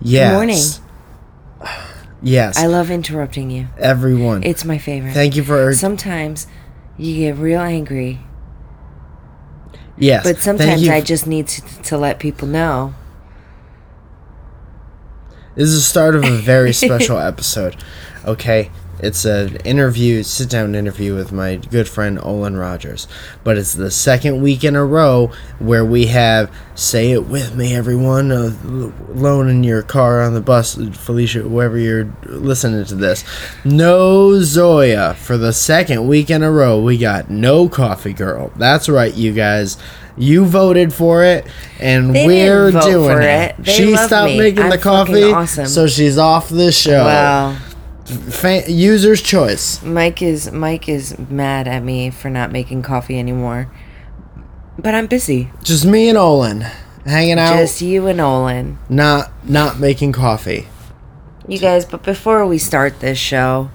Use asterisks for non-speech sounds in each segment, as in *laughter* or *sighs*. Yes. morning. Yes. I love interrupting you. everyone. It's my favorite. Thank you for Sometimes you get real angry, yes. but Thank sometimes you I f- just need to, to let people know. This is the start of a very special episode. Okay, it's an interview, sit down interview with my good friend Olin Rogers. But it's the second week in a row where we have say it with me, everyone, uh, l- alone in your car on the bus, Felicia, whoever you're listening to this. No Zoya for the second week in a row. We got no Coffee Girl. That's right, you guys. You voted for it, and They didn't we're vote doing for it. it. They she love stopped me. making the I'm fucking coffee, awesome. so she's off the show. Wow, Fa- user's choice. Mike is Mike is mad at me for not making coffee anymore. But I'm busy. Just me and Olin hanging out, Just you and Olin. not not making coffee. You guys, but before we start this show,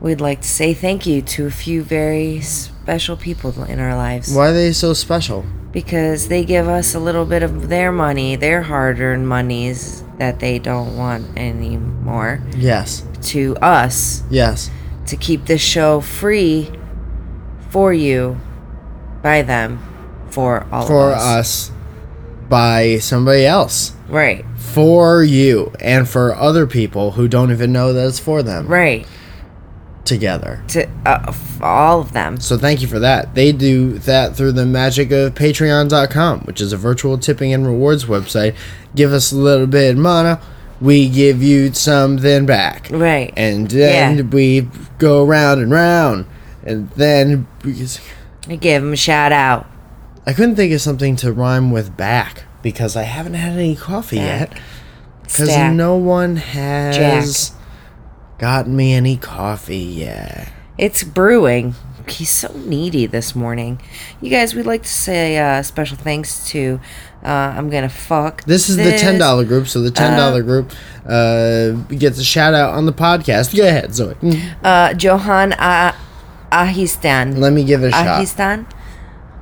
we'd like to say thank you to a few very special people in our lives Why are they so special? because they give us a little bit of their money, their hard earned monies that they don't want anymore, Yes, to us yes, to keep this show free for you, by them, for all for of us. us, by somebody else, Right, for you, and for other people who don't even know that it's for them. right. Together. To uh, f- all of them. So thank you for that. They do that through the magic of Patreon.com, which is a virtual tipping and rewards website. Give us a little bit of mana, we give you something back. Right. And then Yeah. we go round and round. And then because I give them a shout out. I couldn't think of something to rhyme with back because I haven't had any coffee Back. yet. Because Stack. no one has gotten me any coffee yet. It's brewing. He's so needy this morning. You guys, we'd like to say uh, special thanks to uh, I'm gonna fuck. This is the ten dollar group, so the ten dollar group uh, gets a shout out on the podcast. Go ahead, Zoe. Uh, Johan ah- Ahistan. Let me give Uh, it a shot. Ahistan.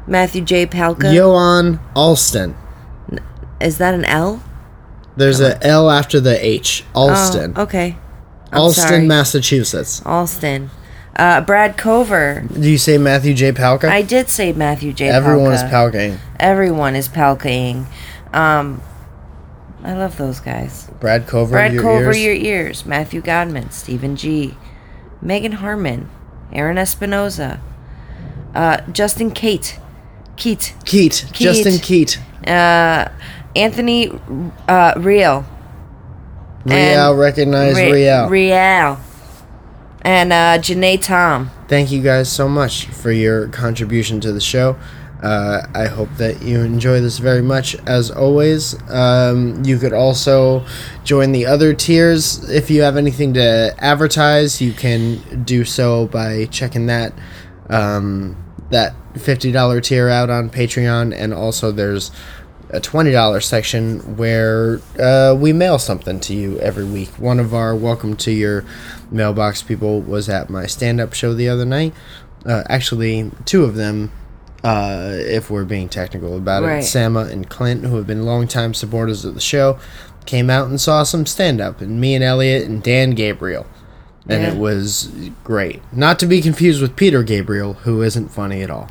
Matthew J. Palka. Johan Alston. Is that an L? There's a L after the H. Alston. Uh-huh. Oh, okay. I'm Alston, sorry. Massachusetts. Alston. Uh, Brad Cover. Do you say Matthew J. Palka? I did say Matthew J. Everyone is Palka. palking. Everyone is palking. Um, I love those guys. Brad Cover, Brad your Culver, ears. your ears. Matthew Godman, Stephen G, Megan Harmon, Aaron Espinoza, uh, Justin Kate, Keat, Keat, Justin Keat, uh, Anthony uh, Real, Rial And recognize Re- Rial. Real, and uh, Janae Tom. Thank you guys so much for your contribution to the show. Uh, I hope that you enjoy this very much. As always, um, you could also join the other tiers. If you have anything to advertise, you can do so by checking that um, that fifty dollar tier out on Patreon, and also there's a twenty dollar section where uh, we mail something to you every week. One of our welcome to your mailbox people was at my stand up show the other night. Uh, actually, two of them, uh, if we're being technical about Right. it, Sama and Clint, who have been longtime supporters of the show, came out and saw some stand up, and me and Elliot and Dan Gabriel. And it Yeah. was great. Not to be confused with Peter Gabriel, who isn't funny at all.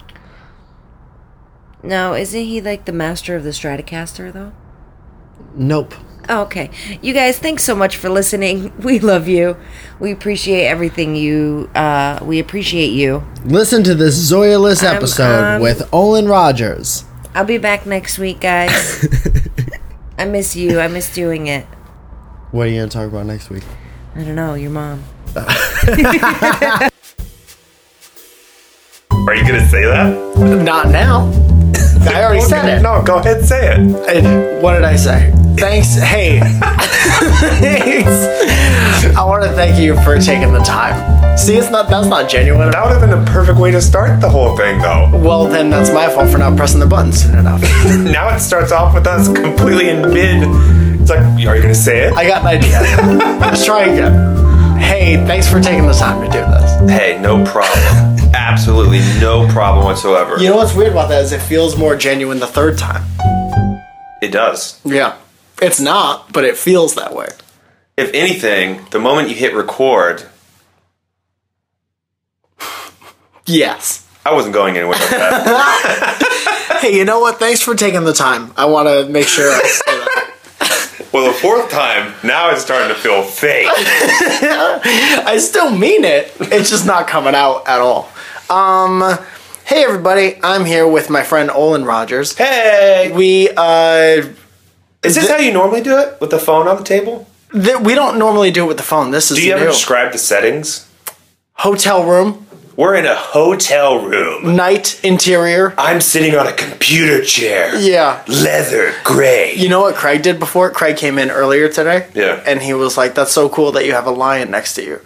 No, isn't he like the master of the Stratocaster though? Nope. Oh, okay. You guys, thanks so much for listening. *laughs* We love you. We appreciate everything you. Uh, we appreciate you. Listen to this Zoyalist I'm- episode I'm- with Olin Rogers. I'll be back next week, guys. I miss you. I miss doing it. What are you going to talk about next week? I don't know, your mom. Are you gonna say that? Not now. I already said it. No, go ahead and say it. And what did I say? Thanks. Hey. *laughs* Thanks. I want to thank you for taking the time. See, it's not that's not genuine. That would have been the perfect way to start the whole thing, though. Well, then that's my fault for not pressing the button soon enough. Now it starts off with us completely in mid. It's like, are you gonna say it? I got an idea. Let's try again. Hey, thanks for taking the time to do this. hey, no *laughs* problem. Absolutely no problem whatsoever. You know what's weird about that is it feels more genuine the third time. It does. Yeah. It's not, but it feels that way. If anything, the moment you hit record, Yes. I wasn't going anywhere with *laughs* that. Hey, you know what? Thanks for taking the time. I want to make sure I say that. well, the fourth time, now it's starting to feel fake. *laughs* I still mean it. It's just not coming out at all. Um, hey everybody, I'm here with my friend Olin Rogers. Hey! We uh, Is this how you normally do it? With the phone on the table? th- we don't normally do it with the phone. This is Do you ever new. describe the settings? hotel room, We're in a hotel room. night interior. I'm sitting on a computer chair. Yeah. Leather gray. You know what Craig did before? Craig came in earlier today. Yeah. And he was like, "That's so cool that you have a lion next to you."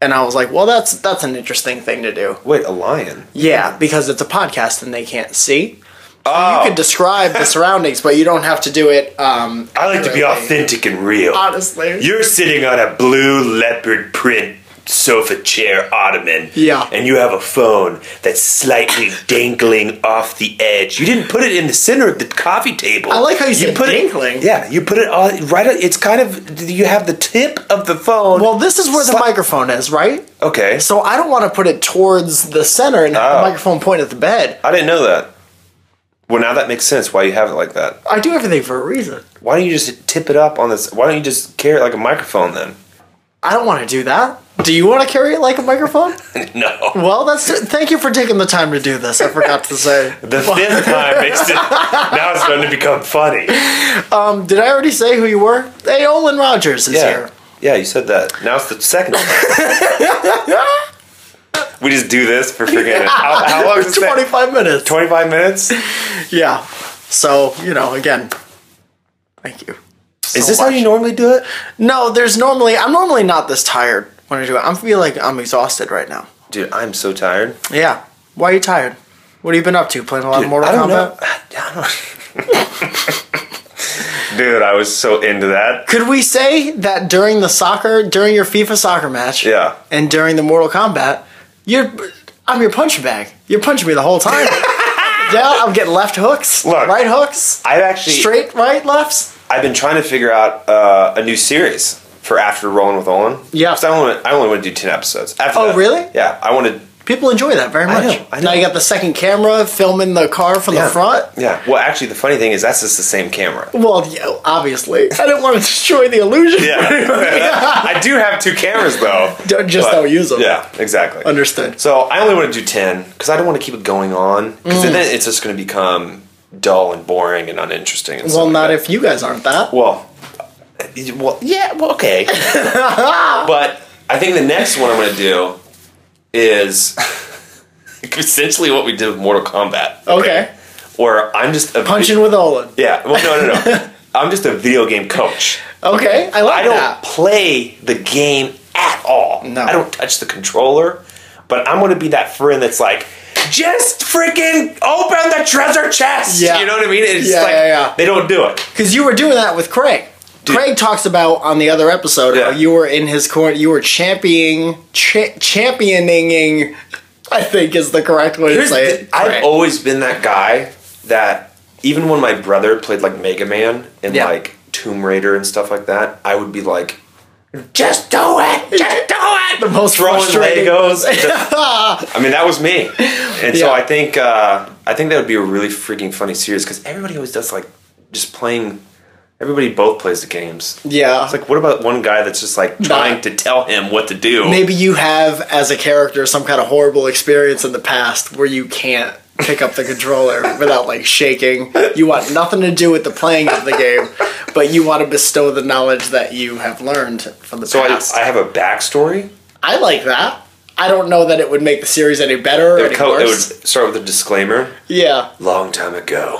And I was like, "Well, that's that's an interesting thing to do." Wait, a lion? Yeah, because it's a podcast and they can't see. Oh, You could describe the surroundings, but you don't have to do it. Um, I like to be accurately. authentic and real. Uh, Honestly. You're sitting on a blue leopard print sofa chair ottoman. Yeah. And you have a phone *laughs* that's slightly dangling off the edge. You didn't put it in the center of the coffee table. I like how you said put dangling. It, yeah, you put it on right. at- It's kind of you have the tip of the phone. Well, this is where the Sli- microphone is, right? Okay. So I don't want to put it towards the center and have Oh. the microphone point at the bed. I didn't know that. Well, now that makes sense. Why you have it like that? I do everything for a reason. Why don't you just tip it up on this? Why don't you just carry it like a microphone then? *laughs* I don't want to do that. Do you want to carry it like a *laughs* microphone? no. Well, that's it. Thank you for taking the time to do this. I forgot to say. The fifth time makes it now it's starting to *laughs* become funny. Um, did I already say who you were? Hey, Olin Rogers is here. Yeah, you said that. Now it's the *laughs* second time. we just do this for freaking how, how *laughs* long is Twenty 25. five minutes. 25 minutes? Yeah. So you know, again, thank you. so Is this how much. you normally do it? No, there's normally I'm normally not this tired when I do it. I feel like I'm exhausted right now. Dude, I'm so tired. Yeah. Why are you tired? What have you been up to? Playing a lot Dude, of Mortal I don't Kombat? know. *laughs* I don't- Dude, I was so into that. Could we say that during the soccer, during your FIFA soccer match, Yeah. and during the Mortal Kombat, you're I'm your punch bag. You're punching me the whole time. *laughs* yeah, I'm getting left hooks, Look. right hooks, I've actually straight right lefts. I've been trying to figure out uh, a new series for after rolling with Olin. Yeah. 'Cause I only I only want to do ten episodes. After Oh, that- really? Yeah, I want to. People enjoy that very I much. know, I know. Now you got the second camera filming the car from Yeah. the front. Yeah. Well, actually, the funny thing is that's just the *laughs* same camera. Well, yeah, obviously, I didn't want to destroy the illusion. Yeah. *laughs* I do have two cameras though. Don't- just don't use 'em. Yeah, exactly. Understood. So I only want to do ten because I don't want to keep it going on because Mm. then it's just going to become dull and boring and uninteresting. And stuff Well, like not that. if you guys aren't that. Well, uh, well, yeah, *laughs* well, okay. but I think the next one I'm going to do is *laughs* essentially what we did with Mortal Kombat. Okay. Where I'm just a Punching with Olin. Yeah. Well, no, *laughs* no, no. I'm just a video game coach. Okay, I like I don't that. play the game at all. No. I don't touch the controller, but I'm going to be that friend that's like, just freaking open the treasure chest. Yeah. You know what I mean? It's Yeah, like yeah, yeah. they don't do it. Because you were doing that with Craig. Craig talks about on the other episode Yeah. how you were in his corner, you were championing, cha- championing, I think is the correct way to Here's say the- it. I've Craig. always been that guy that even when my brother played like Mega Man and Yeah. like Tomb Raider and stuff like that, I would be like, just do it, just do it. The most *laughs* throwing frustrating- *laughs* Legos. I mean, that was me, and so Yeah. I think uh, I think that would be a really freaking funny series because everybody always does like just playing. Everybody both plays the games. yeah. It's like, what about one guy that's just like trying to tell him what to do? Maybe you have, as a character, some kind of horrible experience in the past where you can't pick up the controller without like shaking. You want nothing to do with the playing of the game, but you want to bestow the knowledge that you have learned from the So I, past. I have a backstory. I, like that. I don't know that it would make the series any better or It would any co- it worse. would start with a disclaimer. Yeah. long time ago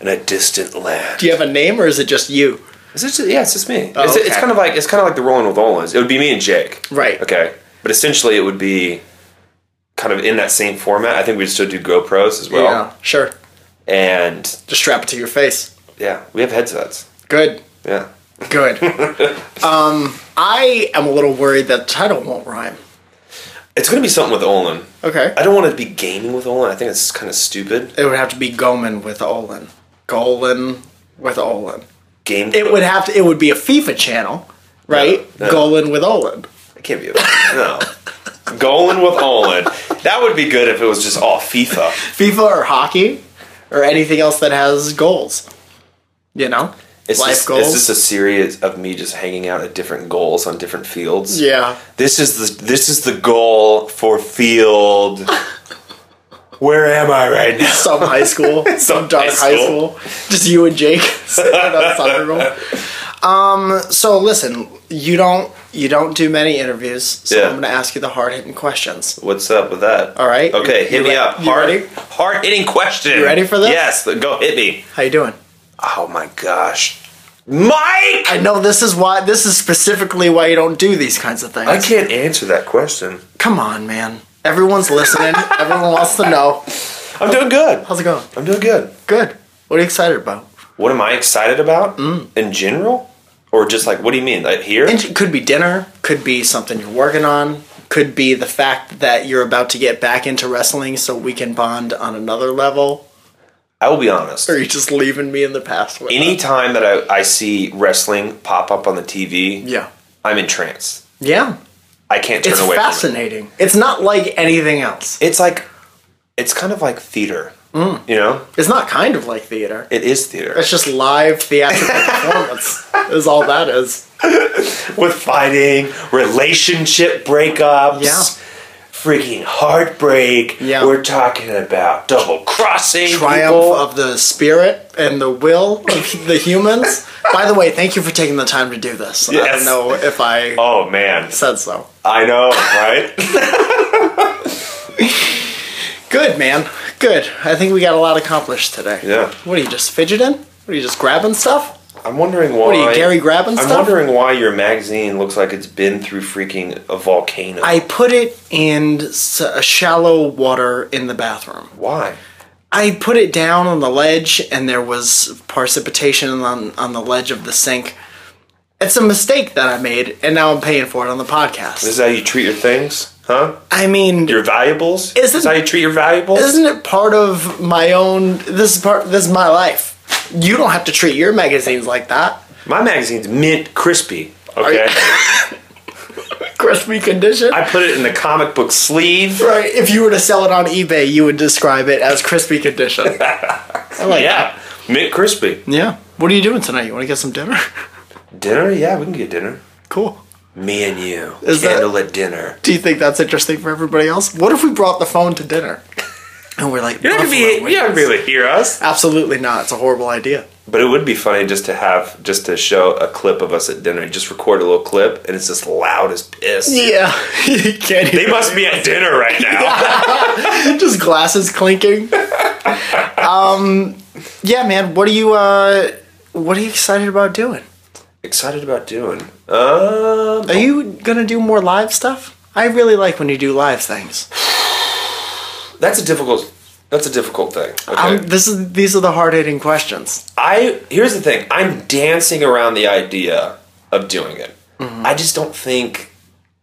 in a distant land. Do you have a name or is it just you? Is it just, yeah, it's just me. Oh, it's, it's okay. kind of like it's kind of like the Rolling with Olins. It would be me and Jake. Right. Okay. But essentially, it would be kind of in that same format. I think we'd still do GoPros as well. yeah. Sure. And Just strap it to your face. yeah, we have headsets. Good. Yeah. *laughs* Good. um, I am a little worried that the title won't rhyme. It's gonna be something with Olin. Okay. I don't want to be gaming with Olin. I think it's kind of stupid. It would have to be Goman with Olin. Golan with Olin. game. It would have to. It would be a FIFA channel, right? No, no. Golan with Olin. It can't be. A, *laughs* no. Golan with Olin. That would be good if it was just all FIFA. FIFA or hockey or anything else that has goals. You know, It's life just, goals. It's just a series of me just hanging out at different goals on different fields. yeah, This is the this is the goal for field. *laughs* Where am I right now? some high *laughs* school, some dark high high school. Just you and Jake *laughs* sitting on a *laughs* soccer goal. Um. So listen, you don't you don't do many interviews, so Yeah. I'm going to ask you the hard hitting questions. What's up with that? All right. Okay, hit You me re- up. you Hard, ready? hard hitting question. You ready for this? Yes. Go hit me. How you doing? Oh my gosh, Mike! I know this is why this is specifically why you don't do these kinds of things. I can't answer that question. Come on, man. Everyone's *laughs* listening. Everyone wants to know. I'm doing good. How's it going? I'm doing good. Good. What are you excited about? What am I excited about Mm. in general, or just like what do you mean? Like here? And it could be dinner, could be something you're working on, could be the fact that you're about to get back into wrestling so we can bond on another level. I will be honest. Or are you just leaving me in the past with Any that? time that I, I see wrestling pop up on the TV, Yeah. I'm entranced. Yeah. I can't turn It's away from it. fascinating. It's not like anything else. It's like, it's kind of like theater. Mm. You know, It's not kind of like theater. it is theater It's just live *laughs* theatrical performance is all that is. with fighting, relationship breakups, Yeah. freaking heartbreak. Yeah. We're talking about double crossing, triumph people. of the spirit and the will of the humans. By the way, thank you for taking the time to do this. I Yes. don't know if I Oh man, said so. I know, right? Good, man. Good. I think we got a lot accomplished today. yeah. What are you just fidgeting? What are you just grabbing stuff? I'm wondering why. What are you, Gary grabbing I'm stuff? wondering why your magazine looks like it's been through freaking a volcano. I put it in s- a shallow water in the bathroom. why? I put it down on the ledge, and there was precipitation on on the ledge of the sink. It's a mistake that I made, and now I'm paying for it on the podcast. This is how you treat your things, huh? I mean, Your valuables. Isn't- this is how you treat your valuables? isn't it part of my own this is part this is my life you don't have to treat your magazines like that My magazine's mint crispy. Okay, crispy condition I put it in the comic book sleeve. right if you were to sell it on ebay you would describe it as crispy condition I like Yeah, mint crispy. that. *laughs* yeah what are you doing tonight you want to get some dinner *laughs* Dinner? Yeah, we can get dinner. cool Me and you, Is that- candlelit dinner. do you think that's interesting for everybody else what if we brought the phone to dinner and we're like You're not gonna be. "Buffalo You're not gonna be wings." able to hear us. absolutely not it's a horrible idea But it would be funny just to have, just to show a clip of us at dinner. Just record a little clip, and it's just loud as piss. yeah *laughs* you can't *laughs* They must be at dinner right now. just glasses clinking. Um, yeah, man. What are you? Uh, what are you excited about doing? Excited about doing. Um, Are you gonna do more live stuff? I really like when you do live things. that's a difficult. That's a difficult thing. Okay. Um, this is these are the hard hitting questions. I here's the thing. I'm dancing around the idea of doing it. Mm-hmm. I just don't think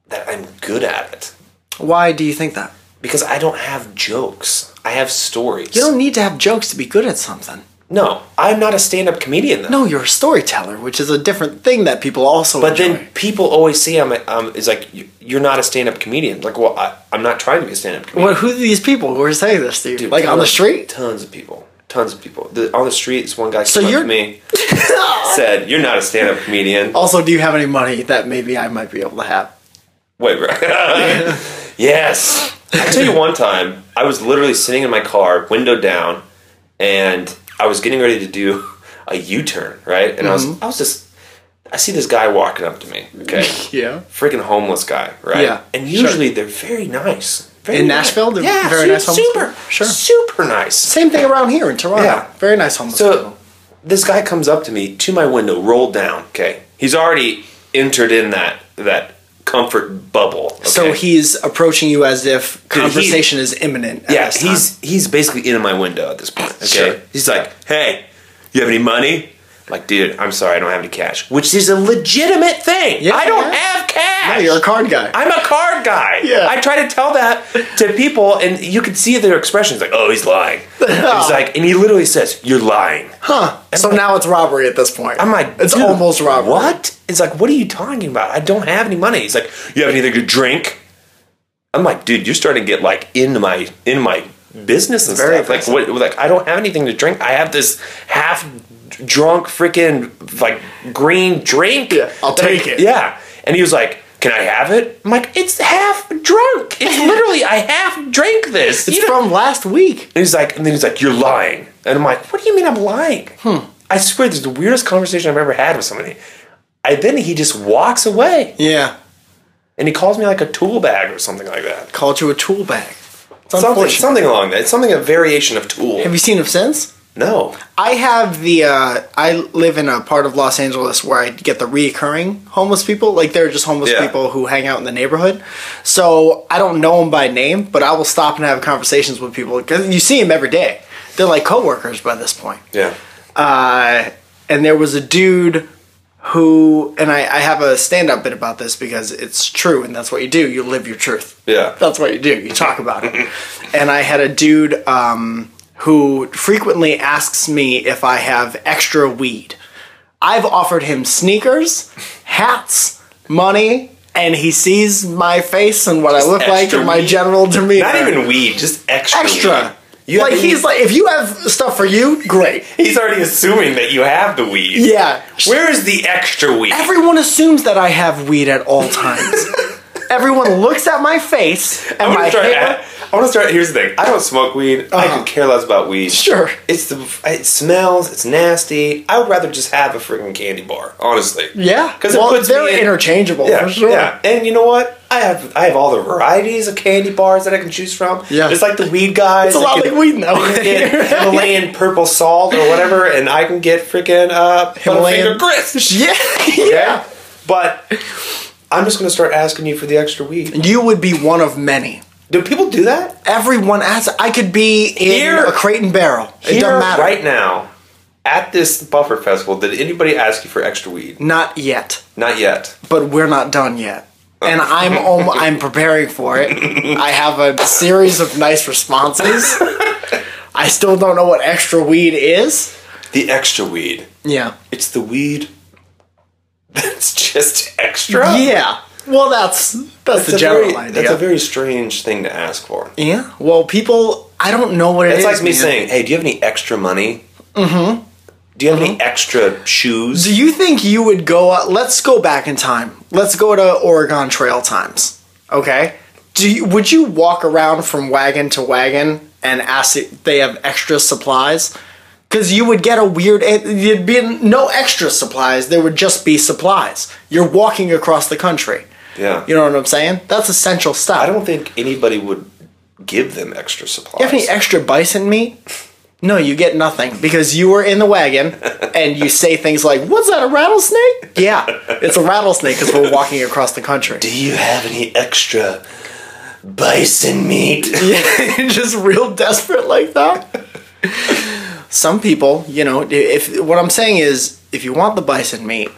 that I'm good at it Why do you think that? because I don't have jokes. I have stories. You don't need to have jokes to be good at something. no, I'm not a stand-up comedian though. No, you're a storyteller, which is a different thing that people also. But enjoy. then people always say I'm. Um, is like "You- you're not a stand-up comedian. Like, well, I, I'm not trying to be a stand-up comedian. what? Who are these people who are saying this to you? Dude, like on the tons- street? Tons of people. Tons of people. The, on the streets, one guy So came you're- up to *laughs* me, said, "You're not a stand-up comedian." Also, do you have any money that maybe I might be able to have? Wait, bro. *laughs* yes. I tell you one time, I was literally sitting in my car, window down, and I was getting ready to do a U-turn, right? And I Mm-hmm. was, I was just, I see this guy walking up to me, okay, *laughs* Yeah. freaking homeless guy, right? Yeah, And sure. usually they're very nice. Very In nice. Nashville, they're yeah, very su- nice homeless super, people? Sure. super nice. Same thing around here in Toronto. Yeah. Very nice homeless So people. this guy comes up to me to my window, rolled down. Okay, he's already entered in that that comfort bubble. So okay? he's approaching you as if he- conversation is imminent. At yeah, this time. he's he's basically in my window at this point. Okay, Sure. he's like, "Hey, you have any money?" Like, dude, I'm sorry, I don't have any cash, which is a legitimate thing. Yeah, I don't yeah. have cash. Hey, you're a card guy. I'm a card guy. Yeah. I try to tell that to people, and you can see their expressions like, oh, he's *laughs* lying. And he's like, and he literally says, you're lying. huh. So now it's robbery at this point. I'm like, it's "Dude, almost robbery. What? It's like, what are you talking about? I don't have any money. He's like, you have anything to drink? I'm like, dude, you're starting to get like in my in my business and Very stuff. Like, what? Like, I don't have anything to drink. I have this half drunk freaking like green drink. Yeah, I'll that I- take it. Yeah, and he was like. Can I have it? I'm like, it's half drunk. *laughs* It's literally, I half drank this. It's You don't- from last week. and he's like, and then he's like, "You're lying." And I'm like, "What do you mean I'm lying?" Hmm. I swear, this is the weirdest conversation I've ever had with somebody. I then he just walks away Yeah. and he calls me like a tool bag or something like that. Called you a tool bag. It's Something, unfortunate. something along that. It's something a variation of tool. Have you seen him since? no. I have the. Uh, I live in a part of Los Angeles where I get the reoccurring homeless people. Like they're just homeless Yeah. people who hang out in the neighborhood. So I don't know them by name, but I will stop and have conversations with people because you see them every day. They're like coworkers by this point. Yeah. Uh, and there was a dude who, and I, I have a stand-up bit about this because it's true, and that's what you do. You live your truth. Yeah. that's what you do. You talk *laughs* about it. and I had a dude um, who frequently asks me if I have extra weed. I've offered him sneakers, hats, money, and he sees my face and what I look like extra and my weed? general demeanor. Not even weed, just extra. weed. extra. You like haven't he's even- like, if you have stuff for you, great. He's already assuming that you have the weed. Yeah. Where is the extra weed? Everyone assumes that I have weed at *laughs* all times. Everyone looks at my face and I want my to start. hair. I want to start. Here's the thing. I don't smoke weed. I Uh-huh. could care less about weed. Sure. It's the. It smells. It's nasty. I would rather just have a freaking candy bar, honestly. Yeah, Because well, it puts they're me in- interchangeable Yeah, for sure. yeah. And you know what? I have I have all the varieties of candy bars that I can choose from. Yeah. Just like the weed guys. It's a lot I can- like weed now. *laughs* I can get *laughs* Himalayan purple salt or whatever, and I can get freaking uh, Himalayan Himalayan- grits. Yeah, *laughs* Yeah. But I'm just gonna start asking you for the extra weed. You would be one of many. Do people do that? Everyone asks. I could be in Here. a crate and barrel. it Here, doesn't matter. Right now, at this buffer festival, did anybody ask you for extra weed? Not yet, Not yet. but we're not done yet. *laughs* And I'm om- I'm preparing for it. I have a series of nice responses. I still don't know what extra weed is. The extra weed. Yeah. It's the weed *laughs* that's just extra. Yeah. Well, that's that's, the a general very, idea. That's a very strange thing to ask for. yeah. Well, people, I don't know what It's it is. like me man. saying, "Hey, do you have any extra money? Mm-hmm. Do you have any extra shoes? Mm-hmm. Do you think you would go? Uh, let's go back in time. Let's go to Oregon Trail times. Okay. Do you, would you walk around from wagon to wagon and ask if they have extra supplies? Because you would get a weird. it- You'd be no extra supplies. There would just be supplies. You're walking across the country. yeah, You know what I'm saying? That's essential stuff. I don't think anybody would give them extra You supplies. have any extra bison meat? No, you get nothing because you were in the wagon and you say things like, What's that, a rattlesnake? Yeah, it's a rattlesnake because we're walking across the *laughs* country. *laughs* do you have any extra bison meat? *laughs* Just real desperate like that. Some people, you know, if what I'm saying is, if you want the bison meat,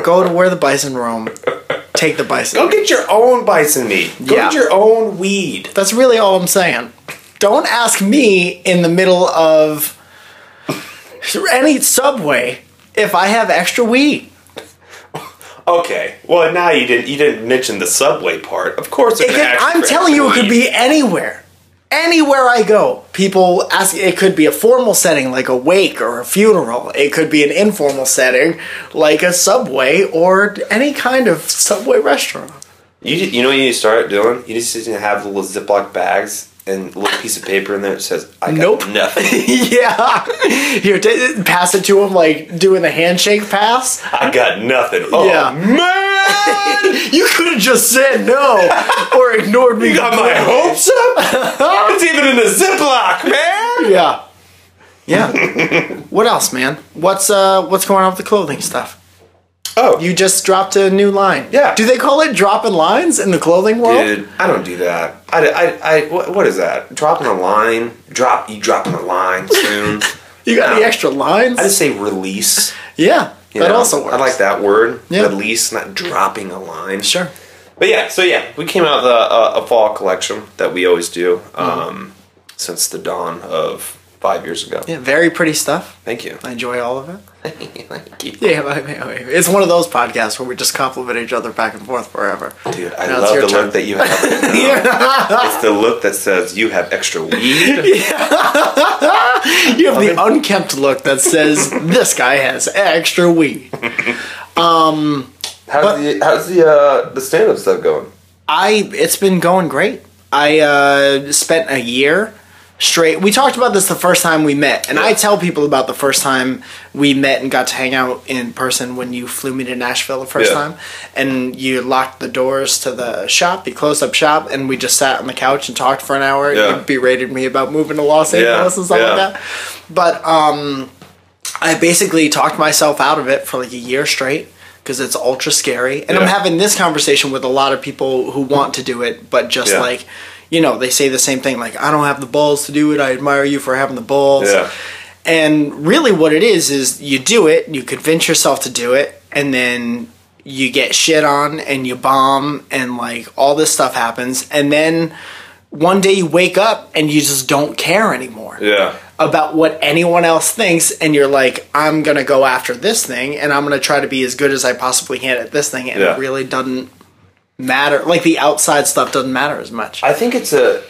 go to where the bison roam, take the bison. Go get your own bison meat. Go Yeah. get your own weed. That's really all I'm saying. Don't ask me in the middle of any subway if I have extra weed. Okay. Well, now you didn't. You didn't mention the subway part. Of course, It could, I'm telling you, it could be anywhere. Anywhere I go, people ask. It could be a formal setting like a wake or a funeral. It could be an informal setting like a subway or any kind of subway restaurant. *laughs* You, ju- you know what you need to start doing? You just need to have little Ziploc bags and a little piece of paper in there that says, "I got Nope. nothing. *laughs* yeah, here, t- pass it to him like doing the handshake pass. I got nothing." Oh Yeah. man, *laughs* You could have just said no or ignored me. you got my hopes up. *laughs* it's even in a Ziploc, man. *laughs* Yeah. Yeah. what else, man? What's uh what's going on with the clothing stuff? Oh, You just dropped a new line. Yeah. Do they call it dropping lines in the clothing world? Dude, I don't do that. I, I, I what, what is that? Dropping a line? Drop you dropping a line soon? *laughs* You got the No. extra lines? I just say release. Yeah, you that know? also works. I like that word. Yeah. At least not dropping a line. Sure. But yeah, so yeah, we came out with a, a, a fall collection that we always do Mm-hmm. um, since the dawn of five years ago. Yeah, very pretty stuff. Thank you. I enjoy all of it. Thank you. Yeah, *laughs* wait, wait, wait. it's one of those podcasts where we just compliment each other back and forth forever. Dude, I Now it's love your the turn. look that you have. *laughs* *laughs* it's the look that says you have extra weed. You have the unkempt look that *laughs* says this guy has extra weed. How's the how's the uh, the stand up stuff going? I it's been going great. I uh, spent a year straight. We talked about this the first time we met, and I tell people about the first time we met and got to hang out in person when you flew me to Nashville the first Yeah. time, and you locked the doors to the shop, you closed up shop, and we just sat on the couch and talked for an hour. Yeah. You berated me about moving to Los Yeah, Angeles and stuff like yeah. that, but um, I basically talked myself out of it for like a year straight. Because it's ultra scary, and I'm Yeah. having having this conversation with a lot of people who want to do it, but just Yeah. like, you know, they say the same thing like, I don't have the balls to do it. I admire you for having the balls. Yeah. And really, what it is, is you do it, you convince yourself to do it, and then you get shit on and you bomb, and like all this stuff happens. And then one day you wake up and you just don't care anymore Yeah. about what anyone else thinks and you're like i'm gonna go after this thing and i'm gonna try to be as good as i possibly can at this thing and Yeah. it really doesn't matter like the outside stuff doesn't matter as much I think it's a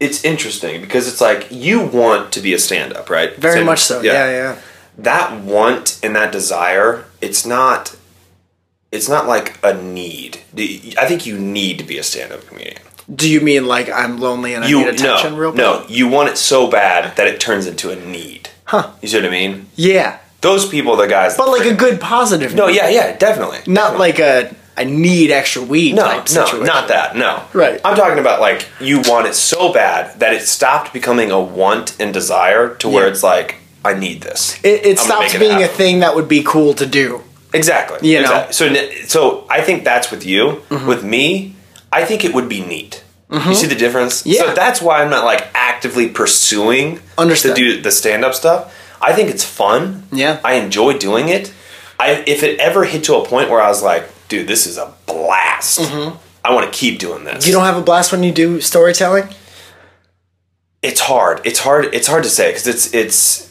it's interesting because it's like you want to be a stand up, right? very Stand-up. much so yeah. yeah That want and that desire, it's not it's not like a need. The- I think you need to be a stand up comedian. do you mean like i'm lonely and i You need attention no, real no, bad? you want it so bad that it turns into a need. Huh. You see what I mean? yeah Those people, are the guys. but like a good positive no, note. yeah, yeah, definitely. not like a i need extra weed No, type no, situation not that. No, Right. I'm talking about like you want it so bad that it stopped becoming a want and desire to where Yeah. it's like I need this. it, it I'm gonna stops make being a happen. thing that would be cool to do Exactly. You know? Mm-hmm. Exactly. So, n- so I think that's with you. With me, I think it would be neat. You see the difference? Yeah. So that's why I'm not like actively pursuing Understood. to do the stand up stuff. I think it's fun. Yeah. I enjoy doing it. I if it ever hit to a point where I was like, dude, this is a blast. Mm-hmm. I want to keep doing this. you don't have a blast when you do storytelling it's hard. It's hard. It's hard to say because it's it's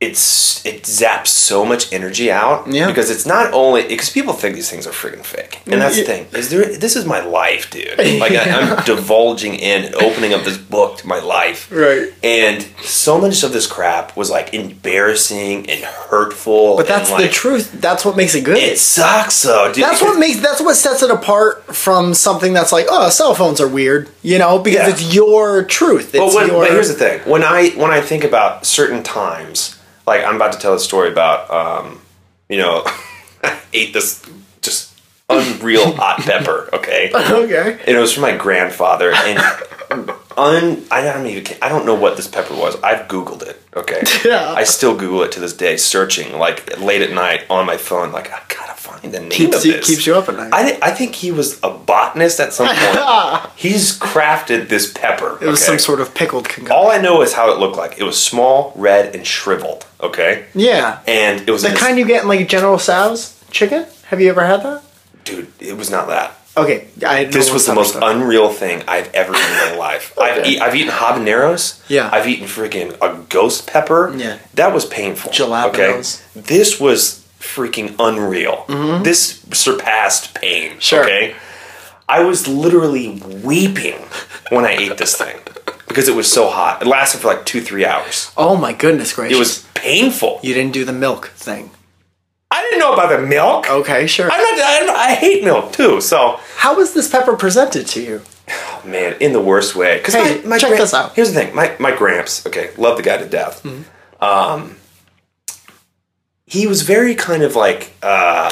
it's it zaps so much energy out. Yeah. Mm, Because it's not only because people think these things are freaking fake, and that's the thing. Is there? This is my life, *laughs* dude. Like I, I'm divulging in and opening up this book to my life. Right. And so much of this crap was like embarrassing and hurtful. but that's the truth that's what makes it good It sucks, though. Dude. That's what makes that's what sets it apart from something that's like, oh, cell phones are weird, you know, because Yeah. it's your truth. It's But, when, your but here's the thing: when I when I think about certain times, like I'm about to tell a story about, um, you know, *laughs* I ate this just unreal hot pepper, okay, and okay. it was from my grandfather, and un I don't even I don't know what this pepper was. I've Googled it, okay. *laughs* Yeah. I still Google it to this day, searching like late at night on my phone, like I gotta find the name of Keeps you, this. keeps you up at night. I, thi- I think he was a botanist at some *laughs* point. He's crafted this pepper. it was some sort of pickled concoction. All I know is how it looked like. It was small, red, and shriveled. Okay, Yeah, and it was the in this- kind you get in like General Tso's chicken. Have you ever had that? dude. It was not that. Okay, I had no This was the most misunderstanding. unreal thing I've ever eaten *laughs* in my life. I've, Okay. eat, I've eaten habaneros. Yeah. I've eaten freaking a ghost pepper. Yeah. That was painful. Jalapenos. Mm-hmm. Okay. This was freaking unreal. This surpassed pain. Sure. Okay. I was literally weeping when I ate this thing because it was so hot. It lasted for like two, three hours. oh my goodness gracious! It was painful. you didn't do the milk thing. I didn't know about the milk. Okay, sure. I'm not, I'm not- I hate milk too. So, How was this pepper presented to you? man, in the worst way. 'Cause Hey, check this out. Here's the thing. My my gramps. Okay, love the guy to death. Um, Mm-hmm. he was very kind of like. Uh,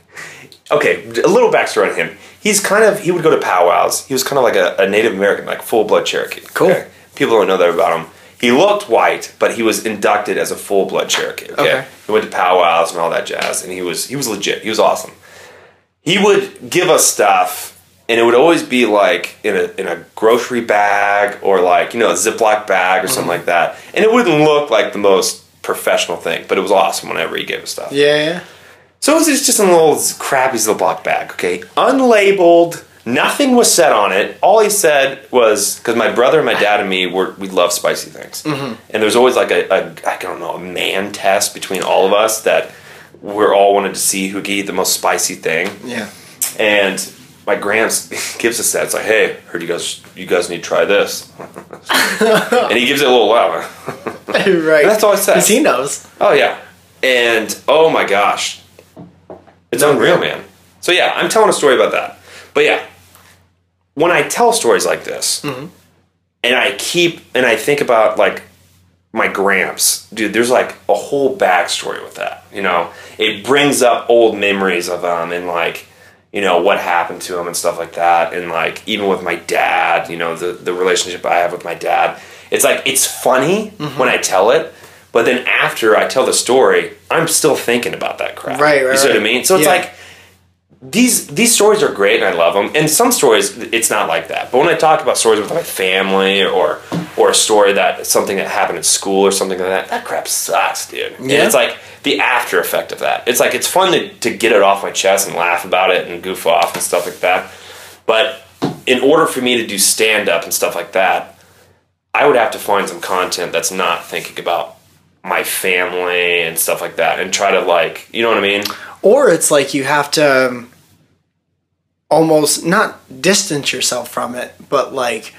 *laughs* okay, a little backstory on him. He's kind of he would go to powwows. He was kind of like a, a Native American, like full blood Cherokee. Cool. okay? People don't know that about him. He looked white, but he was inducted as a full blood Cherokee. Okay? Okay. He went to powwows and all that jazz, and he was he was legit. He was awesome. He would give us stuff, and it would always be like in a in a grocery bag or like you know a Ziploc bag or something like that, and it wouldn't look like the most professional thing, but it was awesome whenever he gave us stuff. Yeah, yeah. So it was just a little crappy little block bag, okay? Unlabeled, nothing was said on it. All he said was because my brother and my dad and me were we love spicy things, and there's always like a, a I don't know a man test between all of us that we're all wanted to see who could eat the most spicy thing. Yeah. And my gramps *laughs* gives us that. It's like, hey, heard you guys you guys need to try this, and he gives it a little louder. *laughs* right. That's all I said. Because he knows. Oh yeah, and oh my gosh, it's unreal, man. So yeah, I'm telling a story about that. But yeah, when I tell stories like this, Mm-hmm. and I keep and I think about like my gramps, dude. There's like a whole backstory with that. You know, it brings up old memories of them and like you know what happened to him and stuff like that. And like even with my dad, you know the the relationship I have with my dad. It's like it's funny Mm-hmm. when I tell it, but then after I tell the story, I'm still thinking about that crap. Right, right, You see what I right. mean? So it's Yeah. like these these stories are great and I love them. And some stories it's not like that. But when I talk about stories with my family or or a story that something that happened at school or something like that, that crap sucks, dude. And Yeah. it's like the after effect of that. It's like it's fun to, to get it off my chest and laugh about it and goof off and stuff like that. But in order for me to do stand up and stuff like that, I would have to find some content that's not thinking about my family and stuff like that and try to like you know what I mean? Or it's like you have to um, almost not distance yourself from it, but like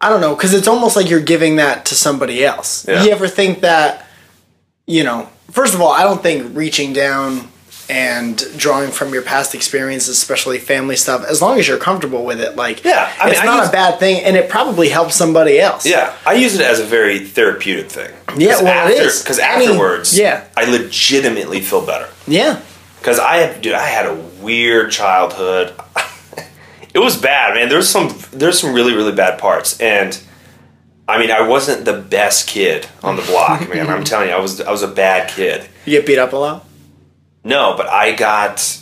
I don't know, because it's almost like you're giving that to somebody else. Yeah. You ever think that you know? First of all, I don't think reaching down and drawing from your past experiences, especially family stuff, as long as you're comfortable with it, like Yeah, I mean, it's I not use- a bad thing, and it probably helps somebody else. Yeah, I use it as a very therapeutic thing. Yeah, well, it is. Because I mean, afterwards, yeah. I legitimately feel better. yeah, Because I have, dude, I had a weird childhood. *laughs* it was bad, man. There's some, there's some really, really bad parts, and I mean, I wasn't the best kid on the block, man. *laughs* I'm telling you, I was, I was a bad kid. you get beat up a lot. No, but I got.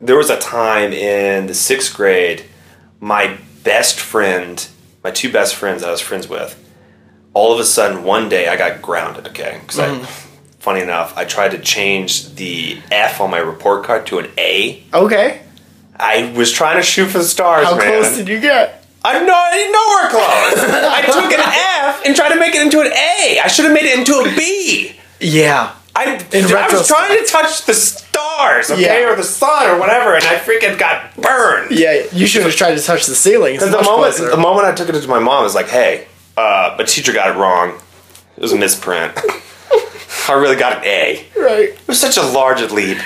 There was a time in the sixth grade, my best friend, my two best friends I was friends with, all of a sudden one day I got grounded, okay? Because Mm-hmm. I, funny enough, I tried to change the F on my report card to an A. Okay, I was trying to shoot for the stars, Oh. how man. close did you get? I'm not I'm nowhere *laughs* close. I took an F and tried to make it into an A. I should have made it into a B. Yeah, I, In I was retrospect. trying to touch the stars, okay, Yeah. or the sun, or whatever, and I freaking got burned. Yeah, you should have tried to touch the ceiling. It's Because the much moment closer. the moment I took it to my mom, I was like, "Hey, uh, a teacher got it wrong. It was a *laughs* misprint. I really got an A. It right. was such a large leap."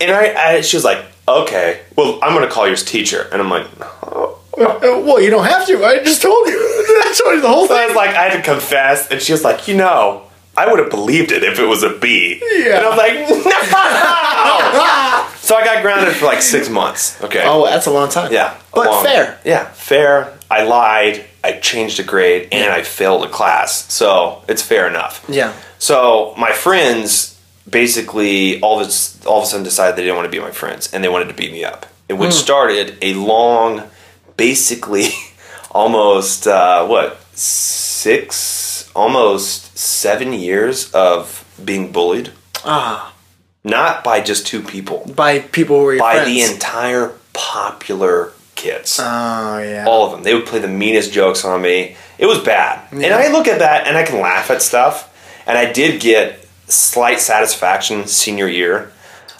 And I, I, she was like, "Okay, well, I'm gonna call your teacher." And I'm like, oh. Uh, well, you don't have to. I just told you. *laughs* I told you the whole I thing. was like, I had to confess, and she was like, "You know." I would have believed it if it was a B. Yeah. And I was like, *laughs* *laughs* no! so I got grounded for like six months. Okay. Oh, that's a long time. Yeah. But along- fair. Yeah, fair. I lied. I changed a grade and I failed a class. So it's fair enough. Yeah. So my friends basically all of, a, all of a sudden decided they didn't want to be my friends and they wanted to beat me up. And which Hmm. started a long, basically *laughs* almost, uh, what, six, almost seven years of being bullied. Ah, Not by just two people, by people who were your by friends. the entire popular kids Oh yeah. all of them. They would play the meanest jokes on me. It was bad. And I look at that and I can laugh at stuff. And I did get slight satisfaction senior year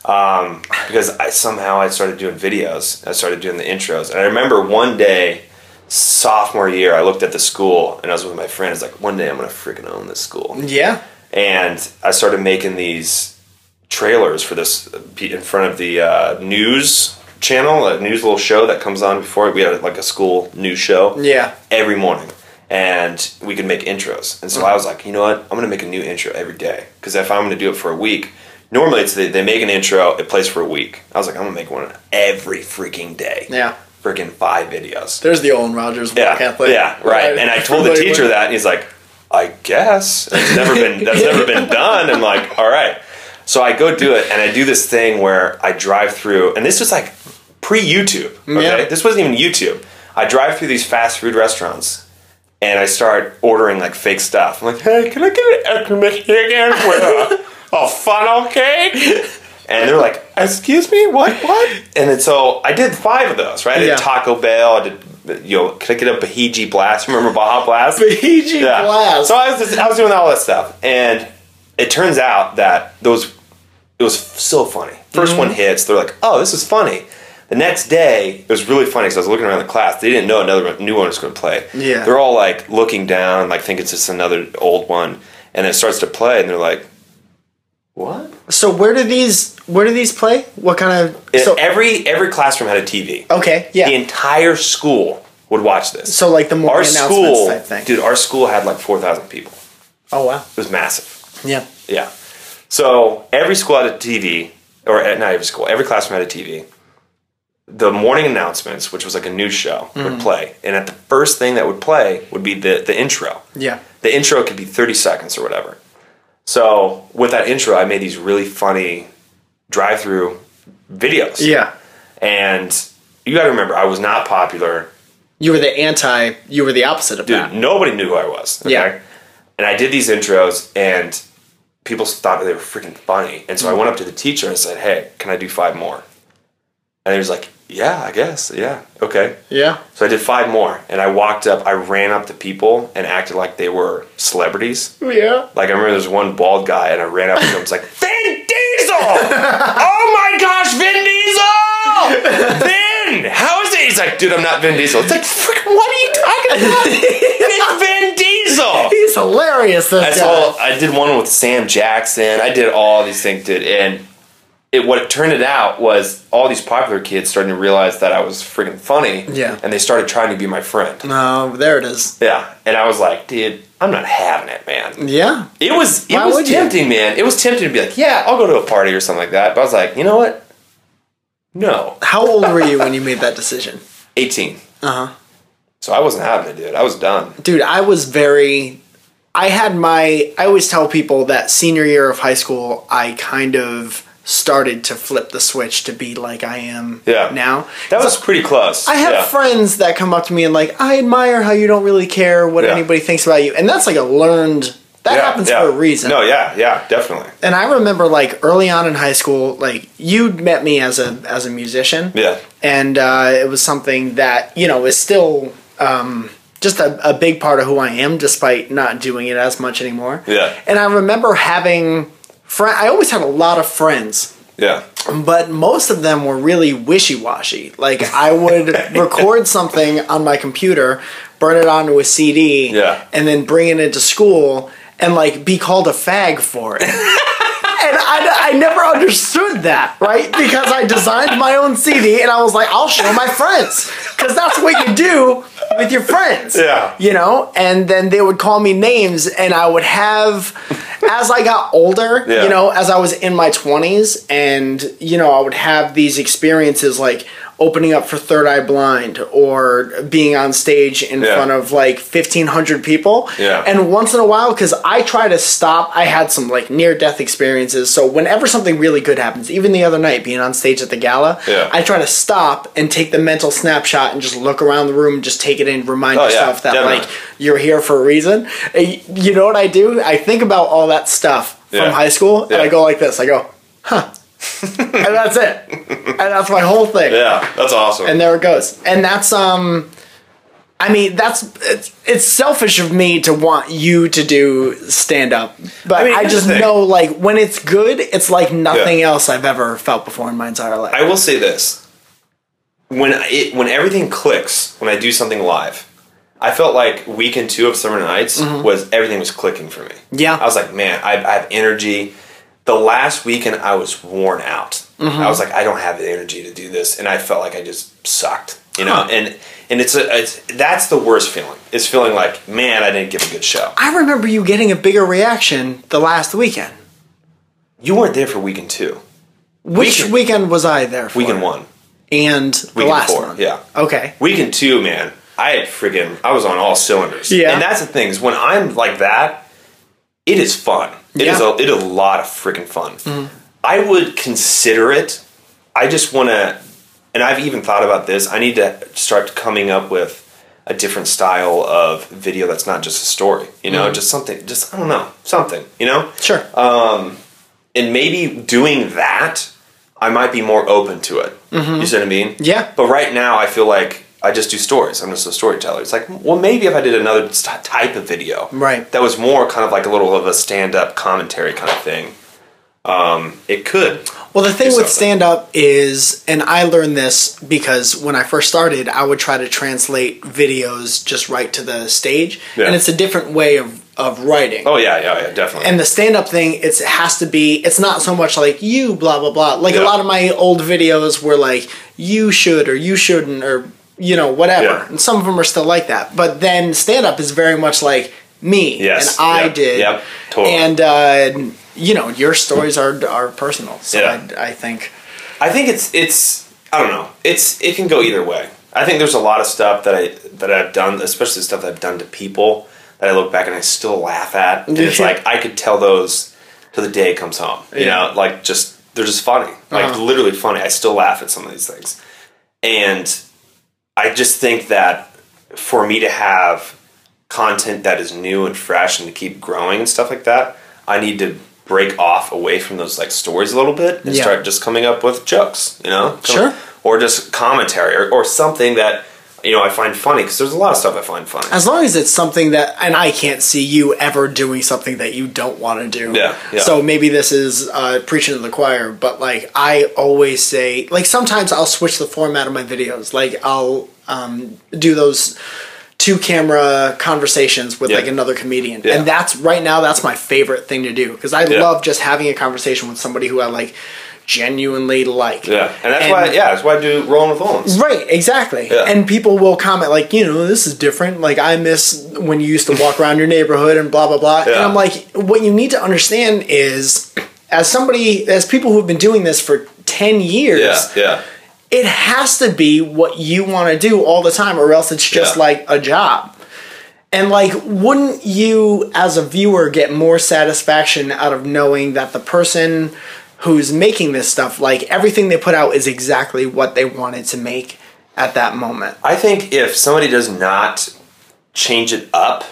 um, because I somehow I started doing videos. I started doing the intros. And I remember one day, sophomore year, I looked at the school and I was with my friend. I was like, one day I'm going to freaking own this school yeah. and I started making these trailers for this uh, in front of the uh, news channel, a news little show that comes on before we had like a school news show. Yeah. Every morning, and we could make intros. And so Mm. I was like, you know what? I'm gonna make a new intro every day because if I'm gonna do it for a week. Normally, it's they, they make an intro, it plays for a week. I was like, I'm gonna make one every freaking day. Yeah. Freaking five videos. There's the Olin Rogers Yeah, Catholic. yeah, right. And *laughs* I told the Everybody teacher went- that, and he's like, "I guess that's never been *laughs* that's never been done." I'm like, "All right." So I go do it, and I do this thing where I drive through, and this was like pre YouTube. Okay, Mm, Yeah. this wasn't even YouTube. I drive through these fast food restaurants, and I start ordering like fake stuff. I'm like, hey, can I get an extra Mickey again with a, a funnel *laughs* cake? And they're like, excuse me, what, what? And then so I did five of those, right? I did Yeah. Taco Bell, I did, you know, can I get a Bahiji Blast? Remember Baja Blast? Fiji Yeah. blast. So I was just, I was doing all that stuff, and it turns out that those it was so funny. 1st one Mm-hmm. hits, they're like, "Oh, this is funny." The next day, it was really funny because I was looking around the class. They didn't know another one- new one was going to play. Yeah. they're all like looking down, like think it's just another old one, and it starts to play, and they're like, "What?" so where do these where do these play? What kind of And so every every classroom had a TV. okay yeah The entire school would watch this. so like the morning our announcements school, type thing. dude, our school had like four thousand people. Oh wow It was massive. yeah Yeah. So every school had a TV, or eh, not every school, every classroom had a TV. The morning announcements, which was like a news show, Mm-hmm. would play, and at the first thing that would play would be the the intro. yeah The intro could be thirty seconds or whatever. So with that intro, I made these really funny drive-through videos. yeah. And you got to remember, I was not popular. You were the anti. You were the opposite of Dude, that. nobody knew who I was. Okay? Yeah. And I did these intros, and people thought they were freaking funny. And so I went up to the teacher and said, "Hey, can I do five more?" And he was like, "Yeah, I guess. Yeah, okay." Yeah. So I did five more, and I walked up. I ran up to people and acted like they were celebrities. Yeah. Like I remember there was one bald guy, and I ran up to him. I was like, "Vin Diesel! oh my gosh, Vin Diesel! Vin, how is it?" He's like, "Dude, I'm not Vin Diesel." It's like, "Frick, "What are you talking about? It's Vin Diesel." He's hilarious. This I guy. saw. I did one with Sam Jackson. I did all these things, dude, and it what it turned it out was all these popular kids starting to realize that I was freaking funny. Yeah. and they started trying to be my friend. No, Oh, there it is. Yeah, and I was like, dude, I'm not having it, man. Yeah. It was it Why was would you? tempting, man. It was tempting to be like, yeah, I'll go to a party or something like that. But I was like, you know what? No, How old were you when you made that decision? 18. Uh huh. So I wasn't having it, dude. I was done. Dude, I was very. I had my. I always tell people that senior year of high school, I kind of started to flip the switch to be like I am Yeah. now. That was pretty close. I have yeah. friends that come up to me and like, I admire how you don't really care what Yeah. anybody thinks about you, and that's like a learned. That Yeah, happens yeah. for a reason. No, yeah, yeah, definitely. and I remember like early on in high school, like you'd met me as a as a musician. Yeah. And uh, it was something that, you know, is still um, just a, a big part of who I am, despite not doing it as much anymore. Yeah. And I remember having friend I always had a lot of friends Yeah. but most of them were really wishy-washy. Like I *laughs* would record something on my computer, burn it onto a CD, Yeah. and then bring it into school and like be called a fag for *laughs* it. and I, I never understood that, right? Because I designed my own CD and I was like, I'll show my friends because that's what you do with your friends Yeah. you know and then they would call me names and i would *laughs* have as i got older Yeah. you know as i was in my 20s and you know i would have these experiences like opening up for third eye blind or being on stage in Yeah. front of like 1500 people Yeah. and once in a while because i try to stop i had some like near death experiences so whenever something really good happens even the other night being on stage at the gala Yeah. i try to stop and take the mental snapshot and just look around the room just take it in remind Oh, yeah, yourself that definitely. like you're here for a reason. And y- You know what I do? I think about all that stuff from Yeah. high school, and Yeah. I go like this. I go, *laughs* huh, and that's it, and that's my whole thing. Yeah. That's awesome. And there it goes. And that's um, I mean, that's it's, it's selfish of me to want you to do stand up, but I, I mean, here's just the thing. know like when it's good, it's like nothing else I've ever felt before in my entire life. I will say this: when it when everything clicks, when I do something live, I felt like weekend two of Summer Nights was everything was clicking for me. Mm-hmm. Yeah. I was like, man, I, I have energy. The last weekend, I was worn out. Mm-hmm. I was like, I don't have the energy to do this, and I felt like I just sucked. You know, Huh. and and it's a it's, that's the worst feeling. Is feeling like, man, I didn't give a good show. I remember you getting a bigger reaction the last weekend. You weren't there for weekend two, Which Weekend. weekend, was I there for? weekend one, and the weekend last four. one. Yeah, Okay. Weekend two, man, I had friggin' I was on all cylinders. Yeah. And that's the thing is when I'm like that, it is fun. It is Yeah. Mm-hmm. a it is a lot of freaking fun. I would consider it. I just want to, and I've even thought about this. I need to start coming up with a different style of video that's not just a story, you know, just something, just I don't know, something, you know, Mm-hmm. Sure. Uh, and maybe doing that, I might be more open to it. You see what I mean? Mm-hmm. Yeah. But right now, I feel like I just do stories. I'm just a storyteller. It's like, well, maybe if I did another st- type of video, Right. That was more kind of like a little of a stand-up commentary kind of thing. Um, it could. Well, the thing do with something. stand up is, and I learned this because when I first started, I would try to translate videos just right to the stage, Yeah. and it's a different way of, of writing. Oh yeah, yeah, yeah, definitely. And the stand up thing, it's, it has to be, it's not so much like you, blah, blah, blah. Like a Yeah. lot of my old videos were like, you should or you shouldn't or, you know, whatever. Yeah. And some of them are still like that. But then stand up is very much like me Yes, and I yep, did. yep, totally. And, uh, you know, your stories are, are personal. So Yeah. I, I think. I think it's it's I don't know. It's it can go either way. I think there's a lot of stuff that I that I've done, especially the stuff that I've done to people that I look back and I still laugh at. And it's like I could tell those till the day it comes home. You Yeah. know, like just they're just funny. Like Uh-huh. literally funny. I still laugh at some of these things. And I just think that for me to have content that is new and fresh and to keep growing and stuff like that, I need to break off away from those like stories a little bit and Yeah. start just coming up with jokes, you know? Come- Sure. Or just commentary or, or something that, you know, I find funny because there's a lot of stuff I find funny. As long as it's something that, and I can't see you ever doing something that you don't want to do. Yeah, yeah. So maybe this is uh, preaching to the choir, but like I always say, like sometimes I'll switch the format of my videos. Like I'll um, do those two camera conversations with Yeah. like another comedian, Yeah. and that's right now that's my favorite thing to do because I Yeah. love just having a conversation with somebody who I like genuinely like. yeah. And that's why, yeah, that's why I do Rolling with Owens. Right, exactly. Yeah. And people will comment like, you know, this is different. Like I miss when you used to walk around your neighborhood and blah blah blah. And Yeah. I'm like, what you need to understand is as somebody as people who've been doing this for 10 years, Yeah, yeah. it has to be what you want to do all the time or else it's just Yeah. like a job. And like wouldn't you as a viewer get more satisfaction out of knowing that the person who's making this stuff like everything they put out is exactly what they wanted to make at that moment. I think if somebody does not change it up,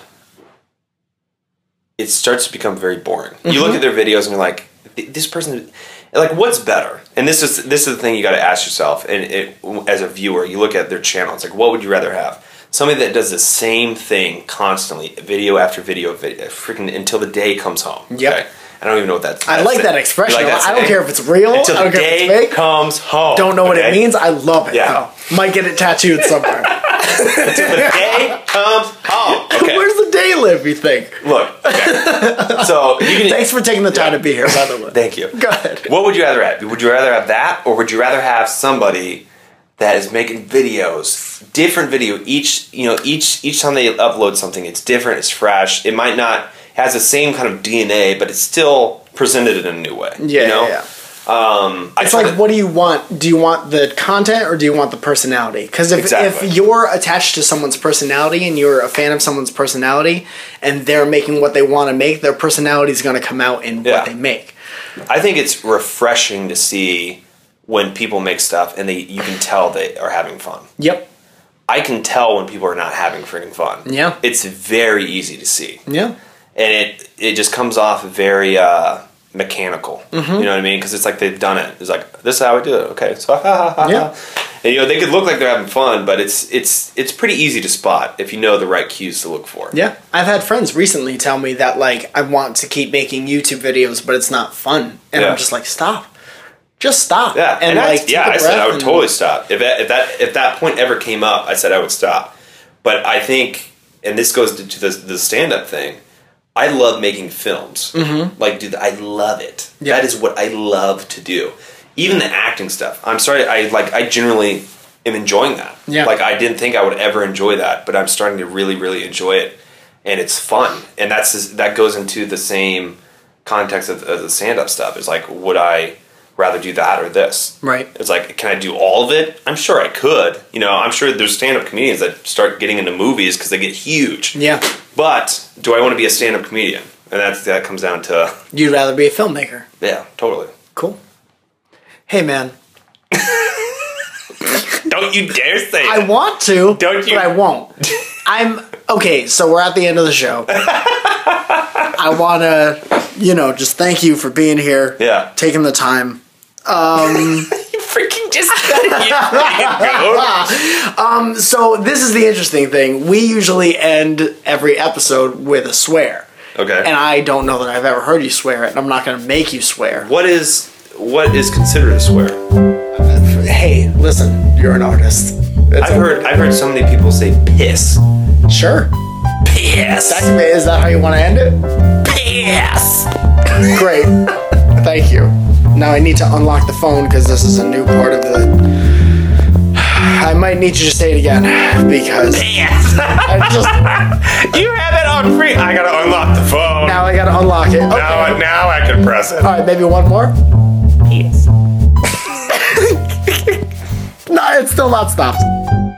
it starts to become very boring. You Mm-hmm. look at their videos and you're like, "Th- this person, like, what's better? And this is this is the thing you got to ask yourself. And it, as a viewer, you look at their channel. It's like, what would you rather have? Somebody that does the same thing constantly, video after video, video freaking until the day comes home. Yep. I don't even know what that's. I that's like it. that You expression. like that I don't saying? care if it's real. Until I the don't care if it's day fake. comes home. Don't know what it okay? means. I love it. Yeah. though. Might get it *laughs* tattooed somewhere. Until the day comes *laughs* home. Okay. Where's the day live, you think? Look. okay. so you can. Thanks for taking the time to be here, by the way. Thank you. Go ahead. What would you rather have? Would you rather have that, or would you rather have somebody that is making videos, different video each? You know, each each time they upload something, it's different, it's fresh. It might not has the same kind of DNA, but it's still presented in a new way. *laughs* Yeah, you know? yeah, yeah. Um, I It's try like, to- what do you want? Do you want the content or do you want the personality? Because if, Exactly. if you're attached to someone's personality and you're a fan of someone's personality and they're making what they want to make, their personality is going to come out in Yeah. what they make. I think it's refreshing to see when people make stuff and they you can tell they are having fun. Yep. I can tell when people are not having freaking fun. Yeah. It's very easy to see. Yeah. and it it just comes off very uh, mechanical. Mm-hmm. You know what I mean? Because it's like they've done it. It's like this is how we do it. Okay, so *laughs* ha, ha, ha, ha. Yeah. And you know they could look like they're having fun, but it's it's it's pretty easy to spot if you know the right cues to look for. Yeah. I've had friends recently tell me that, like, I want to keep making YouTube videos, but it's not fun. And Yeah. I'm just like, stop. Just stop. Yeah, and, I, like, yeah, take I a said breath I would and- totally stop if that, if that if that point ever came up. I said I would stop, but I think, and this goes to, to the the stand up thing. I love making films. Mm-hmm. Like, dude, I love it. Yeah. That is what I love to do. Even the acting stuff. I'm sorry, I like. I generally am enjoying that. Yeah. Like, I didn't think I would ever enjoy that, but I'm starting to really, really enjoy it, and it's fun. And that's just- that goes into the same context of, of the stand up stuff. Is like, would I rather do that or this? Right. It's like, can I do all of it? I'm sure I could. You know, I'm sure there's stand up comedians that start getting into movies because they get huge. Yeah. But do I want to be a stand up comedian? And that's that comes down to You'd rather be a filmmaker. yeah, totally. Cool. Hey, man. Don't you dare say I it. want to, Don't you- but I *laughs* won't. I'm okay. So we're at the end of the show. I want to, you know, just thank you for being here. Yeah. taking the time. You *laughs* freaking just said it. You freaking goat. So this is the interesting thing. We usually end every episode with a swear. Okay. And I don't know that I've ever heard you swear it, and I'm not going to make you swear. What is what is considered a swear? Hey, listen, you're an artist. It's I've a- heard I've heard so many people say piss. Sure. Piss. That- Is that how you want to end it? piss. Great. Thank you. Now I need to unlock the phone because this is a new part of the. *sighs* I might need you to say it again because Piss. I just you have it on free. I gotta unlock the phone. now I gotta unlock it. Okay. Now, now I can press it. All right, maybe one more. Yes. *laughs* No, it's still not stopped.